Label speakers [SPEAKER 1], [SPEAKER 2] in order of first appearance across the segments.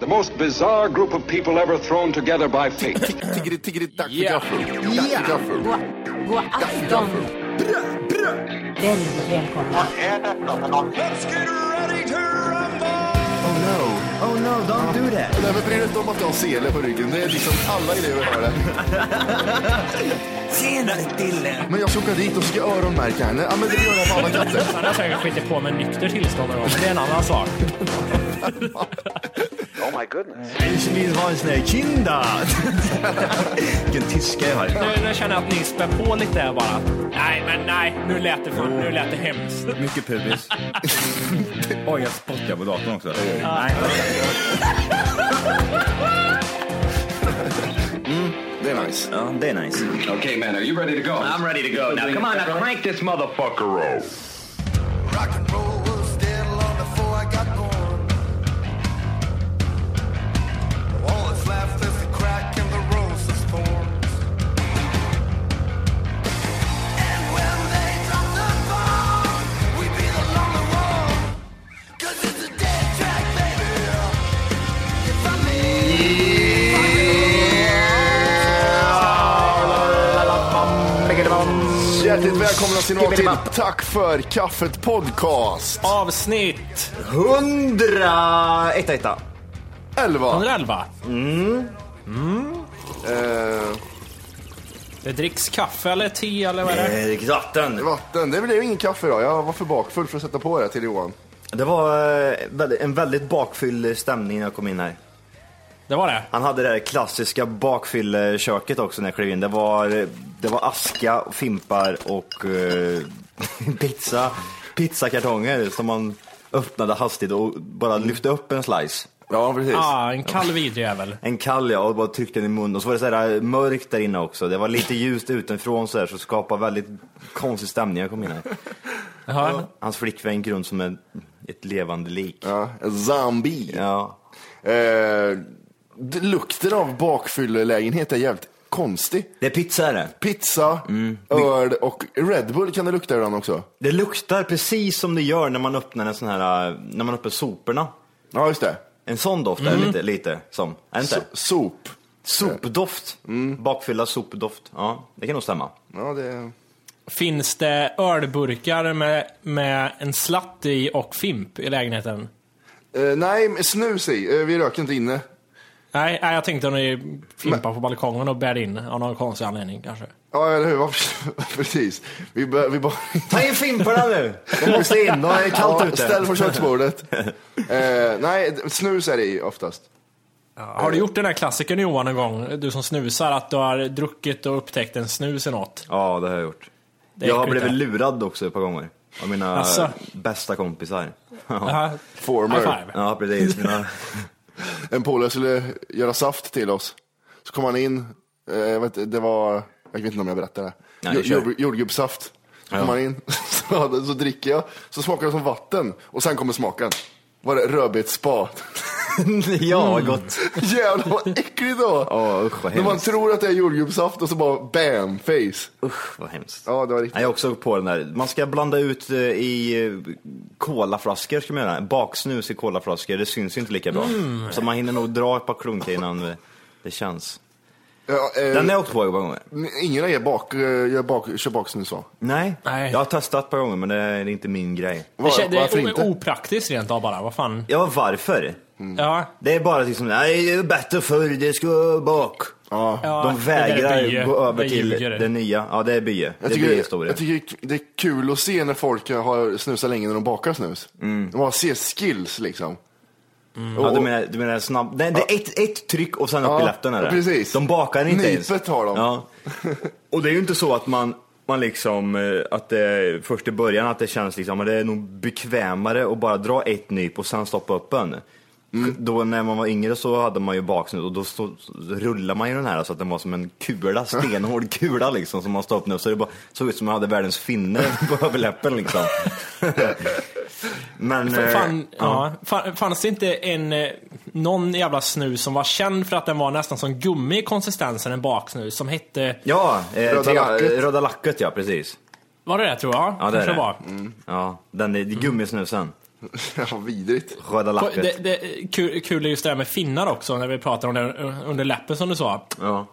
[SPEAKER 1] The most bizarre group of people ever thrown together by fate.
[SPEAKER 2] Tiggeri, tiggeri, dack för gaffel. Dack för gaffel.
[SPEAKER 3] God afton! Väldigt välkomna.
[SPEAKER 2] Oh no.
[SPEAKER 4] Oh no, don't do that.
[SPEAKER 2] Nej men bry dig inte om att du har sele på ryggen. Det är liksom alla elever har det.
[SPEAKER 4] Senare Dille.
[SPEAKER 2] Men jag ska åka dit och ska öronmärka henne. Ja men det gör jag på alla katter.
[SPEAKER 5] Han har säkert skitit på med nykter tillstånd någon gång, men det är en annan sak.
[SPEAKER 4] Ich vill ha en sån här Kinder. Vilken tyska jag har.
[SPEAKER 5] Nu, nu känner jag att ni spär på lite här bara. Nej, men nej, nu lät det, fan, nu lät det hemskt.
[SPEAKER 6] Mycket pubis. Oj, jag spottar på datorn också. Nej.
[SPEAKER 2] Det är nice.
[SPEAKER 6] Ja, det är nice.
[SPEAKER 1] okay, man, are you ready to go? I'm ready to go. Now, come on, now crank this motherfucker up.
[SPEAKER 7] Rock and roll was dead long before I got born. All that's left is the crack in the rose's thorns. And when they drop the bomb, we be the lonely one. 'Cause it's a dead track, baby. If I
[SPEAKER 2] Hjärtligt välkomna ska ni vara till Tack för kaffet podcast.
[SPEAKER 5] Avsnitt
[SPEAKER 4] Hundra... Etta, etta.
[SPEAKER 2] 11.
[SPEAKER 5] 111. Mm.
[SPEAKER 2] Eh,
[SPEAKER 5] Det dricks kaffe eller te eller vad är det?
[SPEAKER 6] Eh, Drick vatten.
[SPEAKER 2] vatten. Det blev ingen kaffe idag. Jag var för bakfull för att sätta på det till Johan.
[SPEAKER 6] Det var eh, väldigt- en väldigt bakfylld stämning när jag kom in här.
[SPEAKER 5] Det var det?
[SPEAKER 6] Han hade det där klassiska bakfylleköket också när jag klev in. Det var, det var aska, fimpar och eh, pizza, pizzakartonger som man öppnade hastigt och bara lyfte upp en slice.
[SPEAKER 2] Ja precis.
[SPEAKER 5] Ja, ah, en kall vidrejävel.
[SPEAKER 6] En kall ja, och bara tryckte den i munnen. Och så var det så här eh, mörkt där inne också. Det var lite ljust utifrån så här, så skapade väldigt konstig stämning. Jag kom in här.
[SPEAKER 5] Jaha.
[SPEAKER 6] Hans flickvän grund som en, ett levande lik. Ja.
[SPEAKER 2] Ja, en zombie. Eh, d- lukten av bakfyllelägenhet är jävligt konstig.
[SPEAKER 6] Det är pizza är det.
[SPEAKER 2] Pizza, öl och Red Bull kan det lukta ibland också.
[SPEAKER 6] Det luktar precis som det gör när man öppnar en sån här, eh, när man öppnar soporna.
[SPEAKER 2] Ja, just det.
[SPEAKER 6] En sån doft är det lite, lite som. Är det inte?
[SPEAKER 2] So- sop.
[SPEAKER 6] Sopdoft. Bakfyllda sopdoft. Ja, det kan nog stämma.
[SPEAKER 2] Ja, det...
[SPEAKER 5] Finns det ölburkar med, med en slatt i och fimp i lägenheten?
[SPEAKER 2] Eh, nej, men snus i. Eh, vi röker inte inne.
[SPEAKER 5] Nej, nej jag tänkte om ni fimpar på balkongen och bär in av någon konstig anledning kanske.
[SPEAKER 2] Ja, eller hur? Precis. Vi, bör, vi bara...
[SPEAKER 6] Ta in fimparna nu! De måste in, de är kallt
[SPEAKER 2] Ja,
[SPEAKER 6] ute.
[SPEAKER 2] Ställ på köksbordet. eh, nej, snus är det i oftast.
[SPEAKER 5] Har du gjort den här klassikern Johan en gång, du som snusar, att du har druckit och upptäckt en snus i något?
[SPEAKER 6] Ja, det har jag gjort.
[SPEAKER 5] är
[SPEAKER 6] Jag har
[SPEAKER 5] äckligt,
[SPEAKER 6] blivit
[SPEAKER 5] det.
[SPEAKER 6] lurad också ett par gånger. Av mina
[SPEAKER 5] Asså?
[SPEAKER 6] bästa kompisar. Ja,
[SPEAKER 5] Jaha.
[SPEAKER 2] Former.
[SPEAKER 5] High five.
[SPEAKER 6] ja precis. Mina...
[SPEAKER 2] En polare skulle göra saft till oss. Så kom han in, eh, jag vet, det var, jag vet inte om jag berättar det.
[SPEAKER 6] Nej,
[SPEAKER 2] Jord-
[SPEAKER 6] kör.
[SPEAKER 2] jord- Jordgubbssaft. Så kom
[SPEAKER 6] Ja.
[SPEAKER 2] han in, så, hade- så dricker jag, så smakar det som vatten och sen kommer smaken. Var det rödbetsspa?
[SPEAKER 6] ja, vad gott.
[SPEAKER 2] Jävlar vad äckligt det var!
[SPEAKER 6] Ja, usch vad
[SPEAKER 2] När man
[SPEAKER 6] hemskt.
[SPEAKER 2] tror att det är jordgubbssaft och så bara bam, face.
[SPEAKER 6] Usch vad hemskt.
[SPEAKER 2] Ja, det var riktigt.
[SPEAKER 6] Nej, jag är också på den där, man ska blanda ut eh, i eh, kolaflaskor ska man göra. Baksnus i
[SPEAKER 5] Mm.
[SPEAKER 6] kolaflaskor, det syns ju inte lika bra. Så man hinner nog dra ett par klunkar innan eh, det känns.
[SPEAKER 2] Ja, eh,
[SPEAKER 6] Den har jag åkt på ett par gånger.
[SPEAKER 2] Ingen av er bak, eh, gör bak, kör baksnus va?
[SPEAKER 6] Nej.
[SPEAKER 5] Nej.
[SPEAKER 6] jag har testat ett par gånger men det är inte min grej.
[SPEAKER 5] Det, kän- det
[SPEAKER 2] varför
[SPEAKER 5] är
[SPEAKER 2] inte?
[SPEAKER 5] o- opraktiskt rent av bara. Vad fan.
[SPEAKER 6] Ja, varför?
[SPEAKER 5] Ja.
[SPEAKER 6] Det är bara liksom, nej det är bättre förr, det ska bak.
[SPEAKER 5] ja.
[SPEAKER 6] De vägrar
[SPEAKER 5] det där är
[SPEAKER 6] gå
[SPEAKER 5] bye.
[SPEAKER 6] över
[SPEAKER 5] Det
[SPEAKER 6] till
[SPEAKER 5] ljuger.
[SPEAKER 6] det nya. Ja, det är bye.
[SPEAKER 2] Jag
[SPEAKER 6] det är
[SPEAKER 2] tycker,
[SPEAKER 6] byehistoria.
[SPEAKER 2] jag tycker det är kul att se när folk har snusat länge när de bakar snus.
[SPEAKER 6] Mm.
[SPEAKER 2] De har ser skills liksom.
[SPEAKER 6] Ja, du menar, du menar snabb... Nej, det är ett, ett tryck och sen upp
[SPEAKER 2] Ja,
[SPEAKER 6] i läppen är det.
[SPEAKER 2] precis.
[SPEAKER 6] De bakar inte ens.
[SPEAKER 2] Nypet har de.
[SPEAKER 6] Ja. Och det är ju inte så att man, man liksom, eh, att det, först i början att det känns liksom, men det är nog bekvämare att bara dra ett nyp och sen stoppa upp en.
[SPEAKER 2] Mm.
[SPEAKER 6] Då när man var yngre så hade man ju baksnus och då så, så rullade man ju den här så att den var som en kula, stenhård kula liksom som man stoppade upp så det bara såg ut som man hade världens finne på överläppen liksom. Men... eh,
[SPEAKER 5] Fan, ja. Fan, fanns det inte en, eh, någon jävla snus som var känd för att den var nästan som gummi i konsistensen, en baksnus, som hette...
[SPEAKER 6] Ja, eh,
[SPEAKER 2] Röda
[SPEAKER 6] Röda,
[SPEAKER 2] lacket.
[SPEAKER 6] lacket. Röda lacket ja, precis.
[SPEAKER 5] Var det det tror jag?
[SPEAKER 6] Ja, det är
[SPEAKER 5] Kanske
[SPEAKER 6] det. Mm.
[SPEAKER 5] var.
[SPEAKER 2] Mm.
[SPEAKER 6] Ja, den är gummisnusen.
[SPEAKER 2] Ja, vidrigt.
[SPEAKER 6] Röda lacket.
[SPEAKER 5] Det, det, kul, kul är just det här med finnar också, när vi pratar om det under läppen som du sa.
[SPEAKER 6] Ja.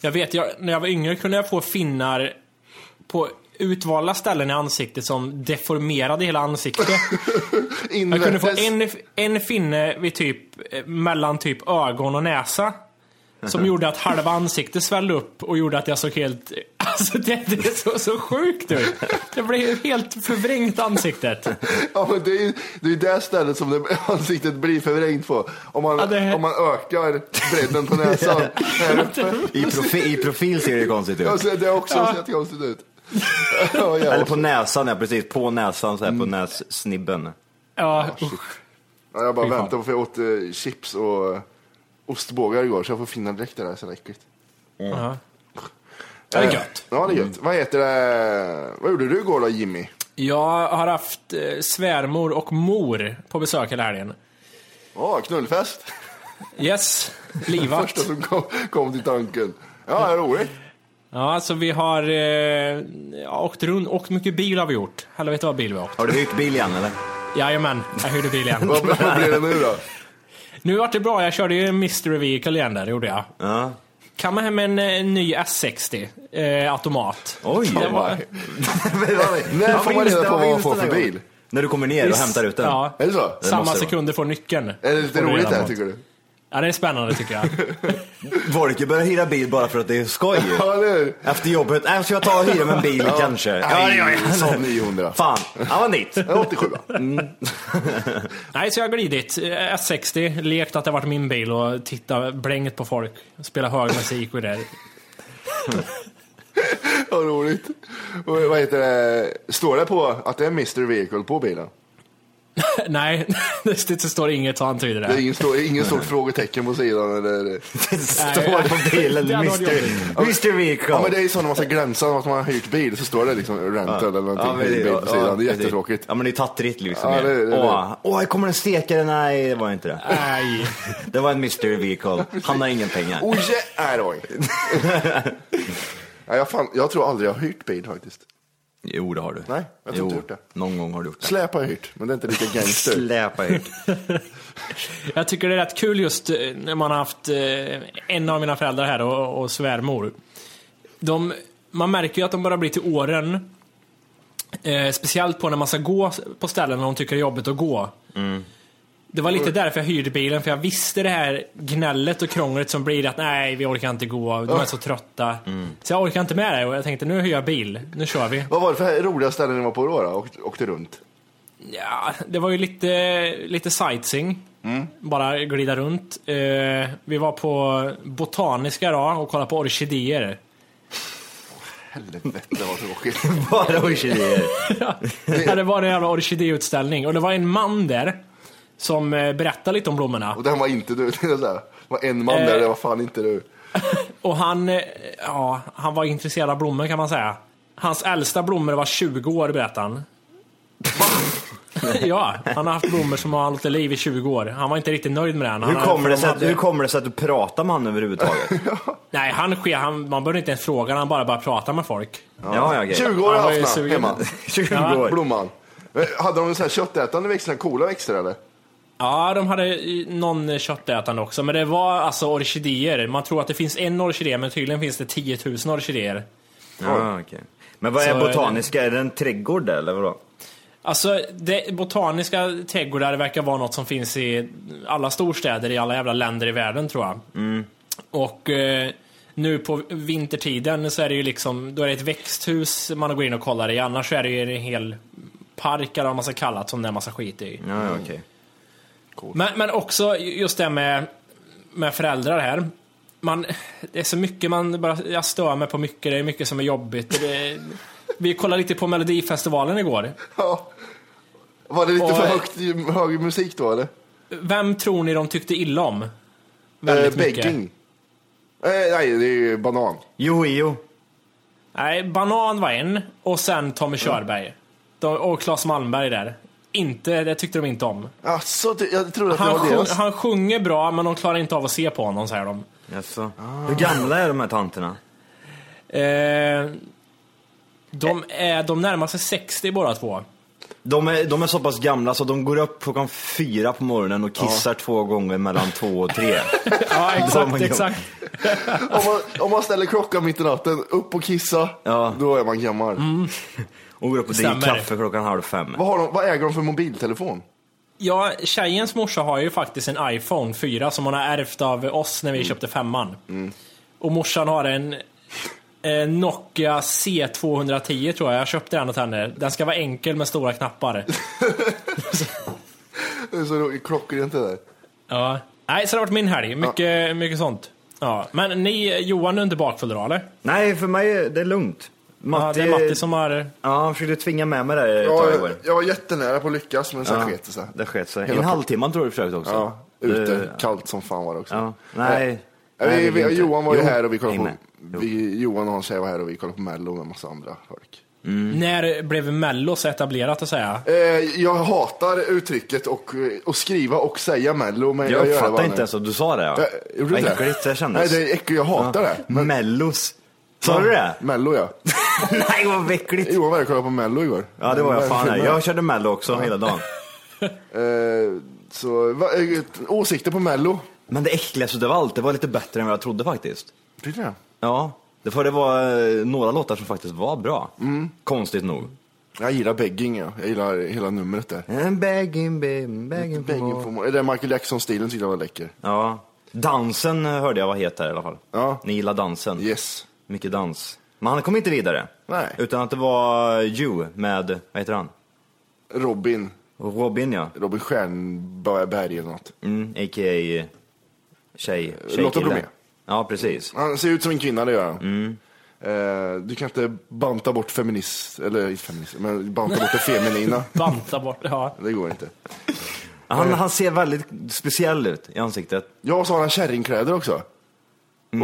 [SPEAKER 5] Jag vet, jag, när jag var yngre kunde jag få finnar på utvalda ställen i ansiktet som deformerade hela ansiktet. Jag kunde få en, en finne vid typ, eh, mellan typ ögon och näsa. Som gjorde att halva ansiktet svällde upp och gjorde att jag såg helt... Alltså det, det såg så sjukt ut! Det blev helt förvrängt ansiktet.
[SPEAKER 2] Ja, men det är ju det, är ju det stället som det, ansiktet blir förvrängt på. Om man,
[SPEAKER 5] Ja, det-
[SPEAKER 2] om man ökar bredden på näsan. här uppe.
[SPEAKER 6] I, profi- I profil ser det ju konstigt ut.
[SPEAKER 2] Ja, så det har också sett konstigt ut. Ja, ja.
[SPEAKER 6] Eller på näsan, ja precis. På näsan, så här,
[SPEAKER 2] Mm.
[SPEAKER 6] på nässnibben.
[SPEAKER 5] Ja,
[SPEAKER 2] Ja, jag bara
[SPEAKER 5] Fy fan.
[SPEAKER 2] väntar för jag åt eh, chips och eh, ostbågar igår så jag får finna direkt det där så äckligt.
[SPEAKER 5] ja. Det
[SPEAKER 2] Eh,
[SPEAKER 5] är gött.
[SPEAKER 2] Ja, det är gött. Vad heter det? Vad gjorde du igår då Jimmy?
[SPEAKER 5] Jag har haft eh, svärmor och mor på besök hela helgen.
[SPEAKER 2] Ja, knullfest.
[SPEAKER 5] Yes,
[SPEAKER 2] Första
[SPEAKER 5] livat.
[SPEAKER 2] som kom, kom till tanken. Ja, det är roligt.
[SPEAKER 5] Ja, så vi har eh, ja, åkt runt, åkt mycket bil har vi gjort. Helvete vad bil vi har åkt.
[SPEAKER 6] Har du hyrt bil igen eller?
[SPEAKER 5] Jajamän, jag hyrde bil igen.
[SPEAKER 2] Vad, vad blir det nu då?
[SPEAKER 5] Nu vart det bra, jag körde ju en Mystery Vehicle igen där, det gjorde jag.
[SPEAKER 6] Ja.
[SPEAKER 5] Kammade hem en, eh, ny S60 eh, automat.
[SPEAKER 6] Oj!
[SPEAKER 5] Det var-
[SPEAKER 2] När får man
[SPEAKER 6] vinst,
[SPEAKER 2] reda på
[SPEAKER 6] det var
[SPEAKER 2] vad man
[SPEAKER 6] vinst
[SPEAKER 2] får
[SPEAKER 6] den
[SPEAKER 2] för
[SPEAKER 6] här
[SPEAKER 2] bil?
[SPEAKER 6] gången. När du kommer ner och hämtar ut den?
[SPEAKER 5] Ja,
[SPEAKER 2] Är det så?
[SPEAKER 6] Det
[SPEAKER 5] samma
[SPEAKER 6] måste det
[SPEAKER 5] sekund du får nyckeln.
[SPEAKER 2] Är det lite
[SPEAKER 5] Får du
[SPEAKER 2] roligt
[SPEAKER 5] reda
[SPEAKER 2] det här
[SPEAKER 5] på.
[SPEAKER 2] tycker du?
[SPEAKER 5] Ja, det är spännande tycker jag.
[SPEAKER 6] Folk börjar hyra bil bara för att det är skoj.
[SPEAKER 2] Ja, eller hur?
[SPEAKER 6] Efter jobbet, äh, ska jag ta och hyra mig en bil kanske? Ja, det gör jag.
[SPEAKER 2] Saab 900.
[SPEAKER 6] Fan, han var nytt.
[SPEAKER 2] En 87 va?
[SPEAKER 5] Nej, så jag har glidit. Eh, S60, lekt att det varit min bil och tittat blänget på folk. Spela hög musik och det. där.
[SPEAKER 2] Vad roligt. Och, vad heter det? Står det på att det är Mr Vehicle på bilen?
[SPEAKER 5] Nej, det det står inget som antyder
[SPEAKER 2] Det är
[SPEAKER 5] det.
[SPEAKER 2] ingen, stor, ingen stort frågetecken på sidan eller?
[SPEAKER 6] Det står på bilen,
[SPEAKER 5] Det hade varit
[SPEAKER 6] Mr.
[SPEAKER 5] jobbigt.
[SPEAKER 6] Mr. Vehicle.
[SPEAKER 2] Ja men det är ju så när man ska glänsa om att man har hyrt bil så står det liksom rental eller någonting
[SPEAKER 6] men
[SPEAKER 2] bil
[SPEAKER 6] ja,
[SPEAKER 2] på sidan. det är
[SPEAKER 6] precis.
[SPEAKER 2] jättetråkigt.
[SPEAKER 6] Ja men det är tattrigt liksom.
[SPEAKER 2] Ja,
[SPEAKER 6] Ja,
[SPEAKER 2] det är det, det är
[SPEAKER 6] Åh, åh, här kommer en stekare. Nej, det var inte det.
[SPEAKER 5] Nej.
[SPEAKER 6] Det var en Mr. Vehicle. Han har ingen pengar.
[SPEAKER 2] Oj, oh, yeah. nej det var inget. Nej, jag, fan, jag tror aldrig jag har hyrt bil faktiskt.
[SPEAKER 6] Jo, det har du.
[SPEAKER 2] Nej, jag tror inte jag har gjort det.
[SPEAKER 6] Någon gång har du gjort det.
[SPEAKER 2] Släp har jag hyrt, men det är inte lika gangster.
[SPEAKER 6] Släpa ut.
[SPEAKER 5] Jag tycker det är rätt kul just eh, när man har haft eh, en av mina föräldrar här och, och svärmor. De, man märker ju att de börjar bli till åren. Eh, speciellt på när man ska gå på ställen när de tycker det är jobbigt att gå. Det var lite därför jag hyrde bilen, för jag visste det här gnället och krånglet som blir att nej, vi orkar inte gå, de är så trötta. Så jag orkar inte med det och jag tänkte nu hyr jag bil, nu kör vi.
[SPEAKER 2] Vad var det för roliga ställen ni var på då? då? Åkte, åkte runt?
[SPEAKER 5] Ja, det var ju lite, lite sightseeing.
[SPEAKER 6] Mm.
[SPEAKER 5] Bara glida runt. Eh, vi var på Botaniska då och kollade på orkidéer.
[SPEAKER 2] Helvete vad tråkigt.
[SPEAKER 6] Bara orkidéer.
[SPEAKER 5] Ja, det var en jävla orkidéutställning och det var en man där som eh, berättade lite om blommorna.
[SPEAKER 2] Och den var inte du. Det är så här, var en man där, det var fan inte du.
[SPEAKER 5] Och han, eh, ja, han var intresserad av blommor kan man säga. Hans äldsta blommor var 20 år berättade han. ja, han har haft blommor som har hållit liv i 20 år. Han var inte riktigt nöjd med den. Han
[SPEAKER 6] Hur
[SPEAKER 5] hade-
[SPEAKER 6] kommer,
[SPEAKER 5] för
[SPEAKER 6] det
[SPEAKER 5] de
[SPEAKER 6] sig att,
[SPEAKER 5] hade-
[SPEAKER 6] hur kommer det sig att du pratar med honom överhuvudtaget?
[SPEAKER 5] Nej, han, sker- han, man behöver inte ens fråga, han bara bara pratar med folk.
[SPEAKER 6] Ja, ja, okej.
[SPEAKER 2] 20 år har
[SPEAKER 5] Han var ju
[SPEAKER 2] jag haft den
[SPEAKER 5] sugen.
[SPEAKER 2] hemma.
[SPEAKER 6] 20
[SPEAKER 5] Ja.
[SPEAKER 6] år.
[SPEAKER 2] Blomman. Eh, Hade de så här köttätande växter, coola växter eller?
[SPEAKER 5] Ja, de hade eh, någon köttätande också, men det var alltså orkidéer. Man tror att det finns en orkidé, men tydligen finns det 10 000 orkidéer.
[SPEAKER 6] Ja, okej. Men vad
[SPEAKER 5] Så är
[SPEAKER 6] är
[SPEAKER 5] det-
[SPEAKER 6] botaniska? Är det en trädgård där, eller vadå?
[SPEAKER 5] Alltså, det, botaniska trädgårdar verkar vara något som finns i alla storstäder i alla jävla länder i världen tror jag. Och eh, nu på vintertiden så är det ju liksom, då är det ett växthus man går in och kollar i. Annars så är det ju en hel park eller vad man ska kalla det, som det är massa skit i.
[SPEAKER 6] Ja, ja, okej.
[SPEAKER 5] Men, men också just det med, med föräldrar här. Man, det är så mycket man bara, jag stör mig på mycket, det är mycket som är jobbigt. Det, vi kollade lite på Melodifestivalen igår.
[SPEAKER 2] Ja. Var det lite
[SPEAKER 5] Och-
[SPEAKER 2] för högt, hög musik då eller?
[SPEAKER 5] Vem tror ni de tyckte illa om?
[SPEAKER 2] Eh,
[SPEAKER 5] Väldigt mycket.
[SPEAKER 2] baking. Eh, nej, det är ju banan.
[SPEAKER 6] Jo, jo.
[SPEAKER 5] Nej, Banan var en och sen Tommy Körberg. De, och Claes Malmberg där. Inte, det tyckte de inte om.
[SPEAKER 2] Alltså, det- jag trodde att det
[SPEAKER 5] Han,
[SPEAKER 2] var
[SPEAKER 5] sjung,
[SPEAKER 2] deras.
[SPEAKER 5] han sjunger bra men de klarar inte av att se på honom säger de.
[SPEAKER 6] Jaså.
[SPEAKER 2] Ah.
[SPEAKER 6] Hur gamla är de här tanterna?
[SPEAKER 5] Eh, de
[SPEAKER 2] Eh.
[SPEAKER 5] är de närmar sig 60 båda två.
[SPEAKER 6] De är, de är så pass gamla så de går upp klockan fyra på morgonen och kissar två gånger mellan två och tre.
[SPEAKER 5] Ja,
[SPEAKER 6] De är
[SPEAKER 5] exakt,
[SPEAKER 6] gamla.
[SPEAKER 5] exakt.
[SPEAKER 2] Om, man, om man ställer klockan mitt i natten, upp och kissa,
[SPEAKER 6] Ja. Mm.
[SPEAKER 2] då är man gammal.
[SPEAKER 6] Och går upp och dricker
[SPEAKER 5] Stämmer.
[SPEAKER 6] kaffe klockan halv fem.
[SPEAKER 2] Vad, har de, vad äger de för mobiltelefon?
[SPEAKER 5] Ja, tjejens morsa har ju faktiskt en iPhone 4 som hon har ärvt av oss när vi köpte femman.
[SPEAKER 6] Mm.
[SPEAKER 5] Och morsan har en eh, Nokia C210 tror jag. Jag köpte den åt henne. Den ska vara enkel med stora knappar.
[SPEAKER 2] Det är så ro- klockrent det där.
[SPEAKER 5] ja. Nej, så det har varit min helg. Mycket, mycket sånt. Ja. Men ni, Johan, är inte bakfull idag eller?
[SPEAKER 6] Nej, för mig är det lugnt. Matti,
[SPEAKER 5] Ja, det är Matti som har...
[SPEAKER 6] ja, han försökte tvinga med mig där ett tag
[SPEAKER 2] Jag,
[SPEAKER 6] igår.
[SPEAKER 2] jag var jättenära på att lyckas, men sen sket det sig.
[SPEAKER 6] Det sket sig.
[SPEAKER 2] Hela-
[SPEAKER 6] en halvtimme tror jag du försökte också. Eh,
[SPEAKER 2] Ja, ute,
[SPEAKER 6] Det-
[SPEAKER 2] kallt som fan var det också.
[SPEAKER 6] Ja. Nej.
[SPEAKER 2] Eh,
[SPEAKER 6] Nej, det
[SPEAKER 2] vi,
[SPEAKER 6] vill
[SPEAKER 2] vi,
[SPEAKER 6] inte.
[SPEAKER 2] Johan var ju
[SPEAKER 6] Jo,
[SPEAKER 2] här och vi kollade
[SPEAKER 6] häng
[SPEAKER 2] på,
[SPEAKER 6] med. Jo.
[SPEAKER 2] vi, Johan och hans tjej var här och vi kollade på Mello med massa andra folk.
[SPEAKER 6] Mm.
[SPEAKER 5] När blev Mello så etablerat att säga?
[SPEAKER 2] Eh, jag hatar uttrycket och, eh, och skriva och säga Mello, men jag,
[SPEAKER 6] Jag
[SPEAKER 2] gör det bara
[SPEAKER 6] uppfattade
[SPEAKER 2] nu.
[SPEAKER 6] inte ens att du sa det. Ja.
[SPEAKER 2] Jag, gjorde du
[SPEAKER 6] Vad
[SPEAKER 2] det?
[SPEAKER 6] äckligt det
[SPEAKER 2] Nej,
[SPEAKER 6] kändes.
[SPEAKER 2] det är äckligt, jag hatar det. Men,
[SPEAKER 6] Mellos. Sa du det?
[SPEAKER 2] Mello ja.
[SPEAKER 6] Nej, vad äckligt.
[SPEAKER 2] Johan var och kollade på Mello igår.
[SPEAKER 6] Ja, det var jag fan. här.
[SPEAKER 2] Filmen.
[SPEAKER 6] Jag körde Mello också hela dagen.
[SPEAKER 2] Eh, så, va, eh, åsikter på Mello?
[SPEAKER 6] Men det äckligaste av allt, det var lite bättre än vad jag trodde faktiskt.
[SPEAKER 2] Tyckte jag.
[SPEAKER 6] Ja, det för det var eh, några låtar som faktiskt var bra. Konstigt nog.
[SPEAKER 2] Jag gillar begging, ja. jag gillar hela numret där.
[SPEAKER 6] En begging, begging, begging for
[SPEAKER 2] Begging
[SPEAKER 6] more.
[SPEAKER 2] for, det är Michael Jackson-stilen tyckte jag var läcker.
[SPEAKER 6] Ja. Dansen eh, hörde jag var het här i alla fall.
[SPEAKER 2] Ja.
[SPEAKER 6] Ni gillar dansen.
[SPEAKER 2] Yes.
[SPEAKER 6] Mycket dans. Men han kom inte vidare.
[SPEAKER 2] Nej.
[SPEAKER 6] Utan att det var You med, vad heter han?
[SPEAKER 2] Robin,
[SPEAKER 6] Robin ja.
[SPEAKER 2] Robin Stjernberg eller något.
[SPEAKER 6] Mm, a.k.a. tjej.
[SPEAKER 2] Lotta
[SPEAKER 6] tjejkille.
[SPEAKER 2] Bromé.
[SPEAKER 6] Ja, precis.
[SPEAKER 2] Han ser ut som en kvinna, det gör han. Eh, du kan inte banta bort feminist, eller inte feminist, men banta bort det feminina.
[SPEAKER 5] Banta bort, ja.
[SPEAKER 2] Det går inte.
[SPEAKER 6] Han, han ser väldigt speciell ut i ansiktet.
[SPEAKER 2] Ja, och så har han kärringkläder också.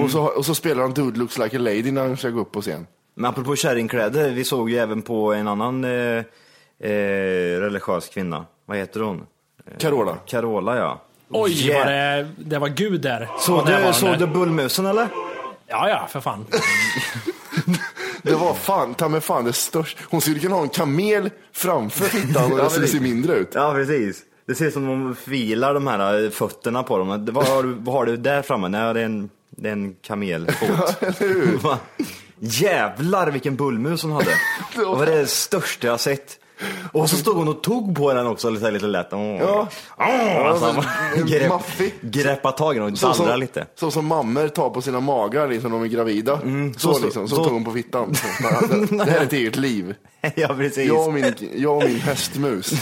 [SPEAKER 2] Och, så, och så spelar han Dude looks like a lady när han ska gå upp på scen.
[SPEAKER 6] Men apropå kärringkläder, vi såg ju även på en annan eh, eh, religiös kvinna. Vad heter hon? Eh,
[SPEAKER 2] Carola.
[SPEAKER 6] Carola ja.
[SPEAKER 5] Oj,
[SPEAKER 6] Oh, Yeah.
[SPEAKER 5] vad det, det var gud där.
[SPEAKER 6] Såg
[SPEAKER 5] Vad närvarande.
[SPEAKER 6] du, såg du bullmusen eller?
[SPEAKER 5] Ja, ja, för fan.
[SPEAKER 2] Det var fan, ta mig fan det största. Hon skulle kunna ha en kamel framför fittan och det skulle se mindre ut.
[SPEAKER 6] Ja precis. Det ser ut som om de filar de här eh, fötterna på dem. Det- Vad har du, vad har du där framme? Nej, det är en, det är en kamelfot. Va? Jävlar vilken bullmus hon hade. Det var det största jag sett. Och så stod hon och tog på den också lite, lite lätt. Åh.
[SPEAKER 2] Ja.
[SPEAKER 6] Åh, alltså,
[SPEAKER 2] Ja,
[SPEAKER 6] han
[SPEAKER 2] så-
[SPEAKER 6] grepp,
[SPEAKER 2] maffig.
[SPEAKER 6] greppa tag i den och
[SPEAKER 2] Så
[SPEAKER 6] dallra
[SPEAKER 2] som,
[SPEAKER 6] lite.
[SPEAKER 2] så som mammor tar på sina magar liksom, när de är gravida. så,
[SPEAKER 6] så-
[SPEAKER 2] liksom, så,
[SPEAKER 6] så-
[SPEAKER 2] tog hon på fittan. Så bara, Det det här är ett eget liv.
[SPEAKER 6] ja precis.
[SPEAKER 2] Jag och min, jag och min hästmus.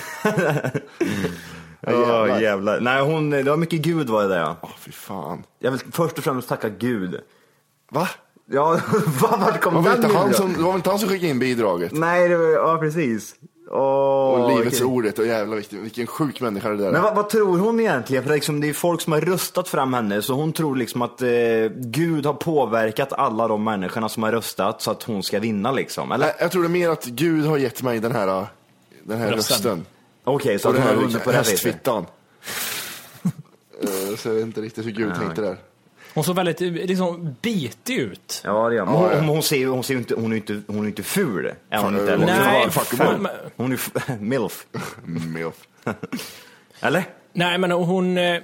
[SPEAKER 6] Åh, jävlar. Nej, hon, det var mycket Gud var det där ja.
[SPEAKER 2] Åh, fy fan.
[SPEAKER 6] Jag vill först och främst tacka Gud.
[SPEAKER 2] Va?
[SPEAKER 6] Ja, vad- vart kom
[SPEAKER 2] Var
[SPEAKER 6] den
[SPEAKER 2] väl inte
[SPEAKER 6] nu
[SPEAKER 2] han
[SPEAKER 6] då?
[SPEAKER 2] som, det var väl inte han som skickade in bidraget?
[SPEAKER 6] Nej, det var, ja precis. Åh,
[SPEAKER 2] och livets
[SPEAKER 6] vilken-
[SPEAKER 2] ordet och jävla vilken, vilken sjuk människa det där
[SPEAKER 6] Men
[SPEAKER 2] är.
[SPEAKER 6] vad, vad tror hon egentligen? För liksom, det är ju folk som har röstat fram henne, så hon tror liksom att eh, Gud har påverkat alla de människorna som har röstat så att hon ska vinna liksom. Eller?
[SPEAKER 2] Nej, Jag tror det är mer att Gud har gett mig den här, den här
[SPEAKER 5] Rösten.
[SPEAKER 2] rösten.
[SPEAKER 6] Okej, så
[SPEAKER 2] Och
[SPEAKER 6] att
[SPEAKER 2] den
[SPEAKER 6] hon har vunnit
[SPEAKER 2] här
[SPEAKER 6] på det här viset.
[SPEAKER 2] hästfittan. Eh, Så jag vet inte riktigt hur Gud tänkte där.
[SPEAKER 5] Hon såg väldigt liksom, bitig ut.
[SPEAKER 6] Ja, det gör hon. Hon,
[SPEAKER 2] Ja, ja.
[SPEAKER 6] hon, hon, ser, ju- hon, ser ju inte, hon är ju inte, hon är ju inte ful. Är hon
[SPEAKER 2] Fan,
[SPEAKER 6] inte,
[SPEAKER 2] hon
[SPEAKER 6] eller?
[SPEAKER 2] kan vara
[SPEAKER 5] Nej,
[SPEAKER 2] en fuckboy.
[SPEAKER 5] fan, men-
[SPEAKER 6] Hon är ju f- milf.
[SPEAKER 2] Mm, ja.
[SPEAKER 6] Eller?
[SPEAKER 5] Nej, men hon... eh,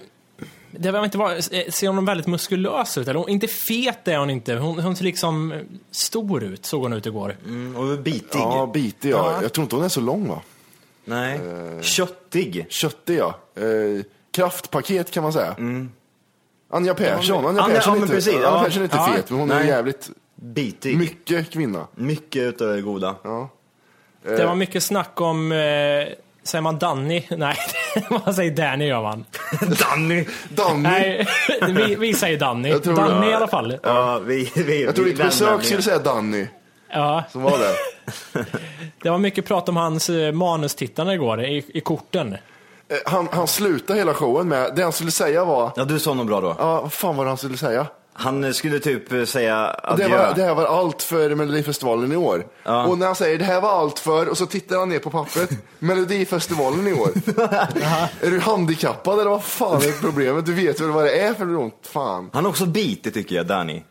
[SPEAKER 5] Det var inte bara, eh, ser hon väldigt muskulös ut? Eller hon, inte fet är hon inte. Hon, hon ser liksom eh, stor ut, såg hon ut igår.
[SPEAKER 6] Mm, och bitig.
[SPEAKER 2] Ja, bitig ja. Jag Eh. tror inte hon är så lång va?
[SPEAKER 6] Nej. Köttig.
[SPEAKER 2] Köttig ja. Eh, kraftpaket kan man säga. Anja Persson, Anja
[SPEAKER 6] Anja-
[SPEAKER 2] Persson
[SPEAKER 6] ja,
[SPEAKER 2] är
[SPEAKER 6] Mm. men
[SPEAKER 2] inte,
[SPEAKER 6] precis,
[SPEAKER 2] Anja
[SPEAKER 6] ja.
[SPEAKER 2] Persson är inte
[SPEAKER 6] Ja.
[SPEAKER 2] fet, men hon är
[SPEAKER 6] Nej.
[SPEAKER 2] jävligt
[SPEAKER 6] Bitig.
[SPEAKER 2] mycket kvinna.
[SPEAKER 6] mycket utav det goda.
[SPEAKER 5] Det var mycket snack om, eh, säger man Danny? Nej, man säger Danny gör man.
[SPEAKER 6] Danny!
[SPEAKER 2] Danny,
[SPEAKER 5] Nej, vi, vi säger Danny.
[SPEAKER 2] Jag tror
[SPEAKER 5] Danny
[SPEAKER 2] det.
[SPEAKER 5] i alla fall.
[SPEAKER 6] Ja, vi, vi,
[SPEAKER 2] jag tror
[SPEAKER 6] vi
[SPEAKER 2] ditt
[SPEAKER 6] vänner
[SPEAKER 2] besök
[SPEAKER 6] med.
[SPEAKER 2] skulle säga Danny,
[SPEAKER 5] Ja,
[SPEAKER 2] som var det.
[SPEAKER 5] det var mycket prat om hans eh, manustittande igår i, i korten.
[SPEAKER 2] Eh, Han, han slutade hela showen med, det han skulle säga var,
[SPEAKER 6] Ja, du sa något bra då.
[SPEAKER 2] ja vad fan var det han skulle säga?
[SPEAKER 6] Han eh, skulle typ eh, säga
[SPEAKER 2] Det,
[SPEAKER 6] adjö.
[SPEAKER 2] var, det här var allt för Melodifestivalen i år. Och när han säger det här var allt för, och så tittar han ner på pappret, Melodifestivalen i år. är du handikappad eller vad fan är problemet? Du vet väl vad det är för ont? Fan.
[SPEAKER 6] Han är också bitig tycker jag, Danny.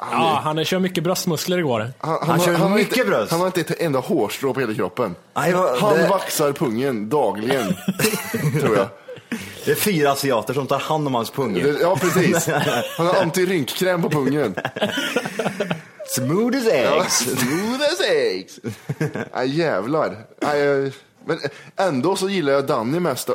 [SPEAKER 5] Ja, han kör mycket bröstmuskler igår.
[SPEAKER 6] Han kör
[SPEAKER 2] har
[SPEAKER 6] mycket
[SPEAKER 2] inte,
[SPEAKER 6] bröst.
[SPEAKER 2] Han har inte ett enda hårstrå på hela kroppen.
[SPEAKER 6] Nej, vad-
[SPEAKER 2] han
[SPEAKER 6] det-
[SPEAKER 2] vaxar pungen dagligen, tror jag.
[SPEAKER 6] Det är fyra asiater som tar hand om hans pung.
[SPEAKER 2] Det- Ja, precis. Han har antirynkkräm på pungen.
[SPEAKER 6] Smooth as eggs.
[SPEAKER 2] Smooth as eggs. Nej, jävlar. Nej, jag- men ändå så gillar jag Danny mest. då.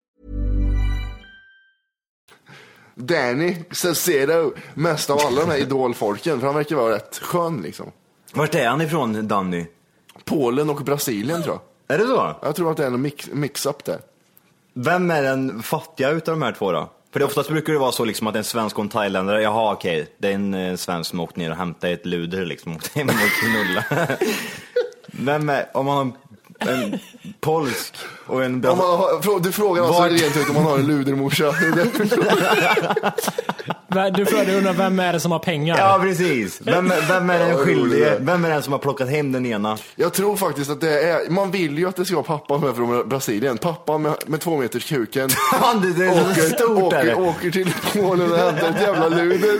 [SPEAKER 2] Danny Cesaro, mest av alla de här idolfolken, för han verkar vara rätt skön liksom.
[SPEAKER 6] Vart är han ifrån, Danny?
[SPEAKER 2] Polen och Brasilien tror jag.
[SPEAKER 6] Är det så?
[SPEAKER 2] Jag tror att det är en mix- mix-up där.
[SPEAKER 6] Vem är den fattiga utav de här två då? För det oftast brukar det vara så liksom att en svensk och en thailändare, jaha okej, det är en eh, svensk som åkt ner och hämtat ett luder liksom, åkt hem och knulla. Vem är, om man har en, en polsk och en
[SPEAKER 2] Om man har, frå- du frågar alltså
[SPEAKER 6] Vart-
[SPEAKER 2] rent ut om man har en ludermorsa. Det är därför-
[SPEAKER 5] Va- Du frågade undrar vem är det som har pengar?
[SPEAKER 6] Ja precis, vem, vem är
[SPEAKER 2] Ja,
[SPEAKER 6] den
[SPEAKER 2] det är
[SPEAKER 6] skyldige,
[SPEAKER 2] roligt.
[SPEAKER 6] vem är den som har plockat hem den ena?
[SPEAKER 2] Jag tror faktiskt att det är, man vill ju att det ska vara pappan som är från Brasilien. Pappan med, med två meters kuken.
[SPEAKER 6] Fan, det- det är så stort, är det?
[SPEAKER 2] åker, åker till Polen och hämtar ett jävla luder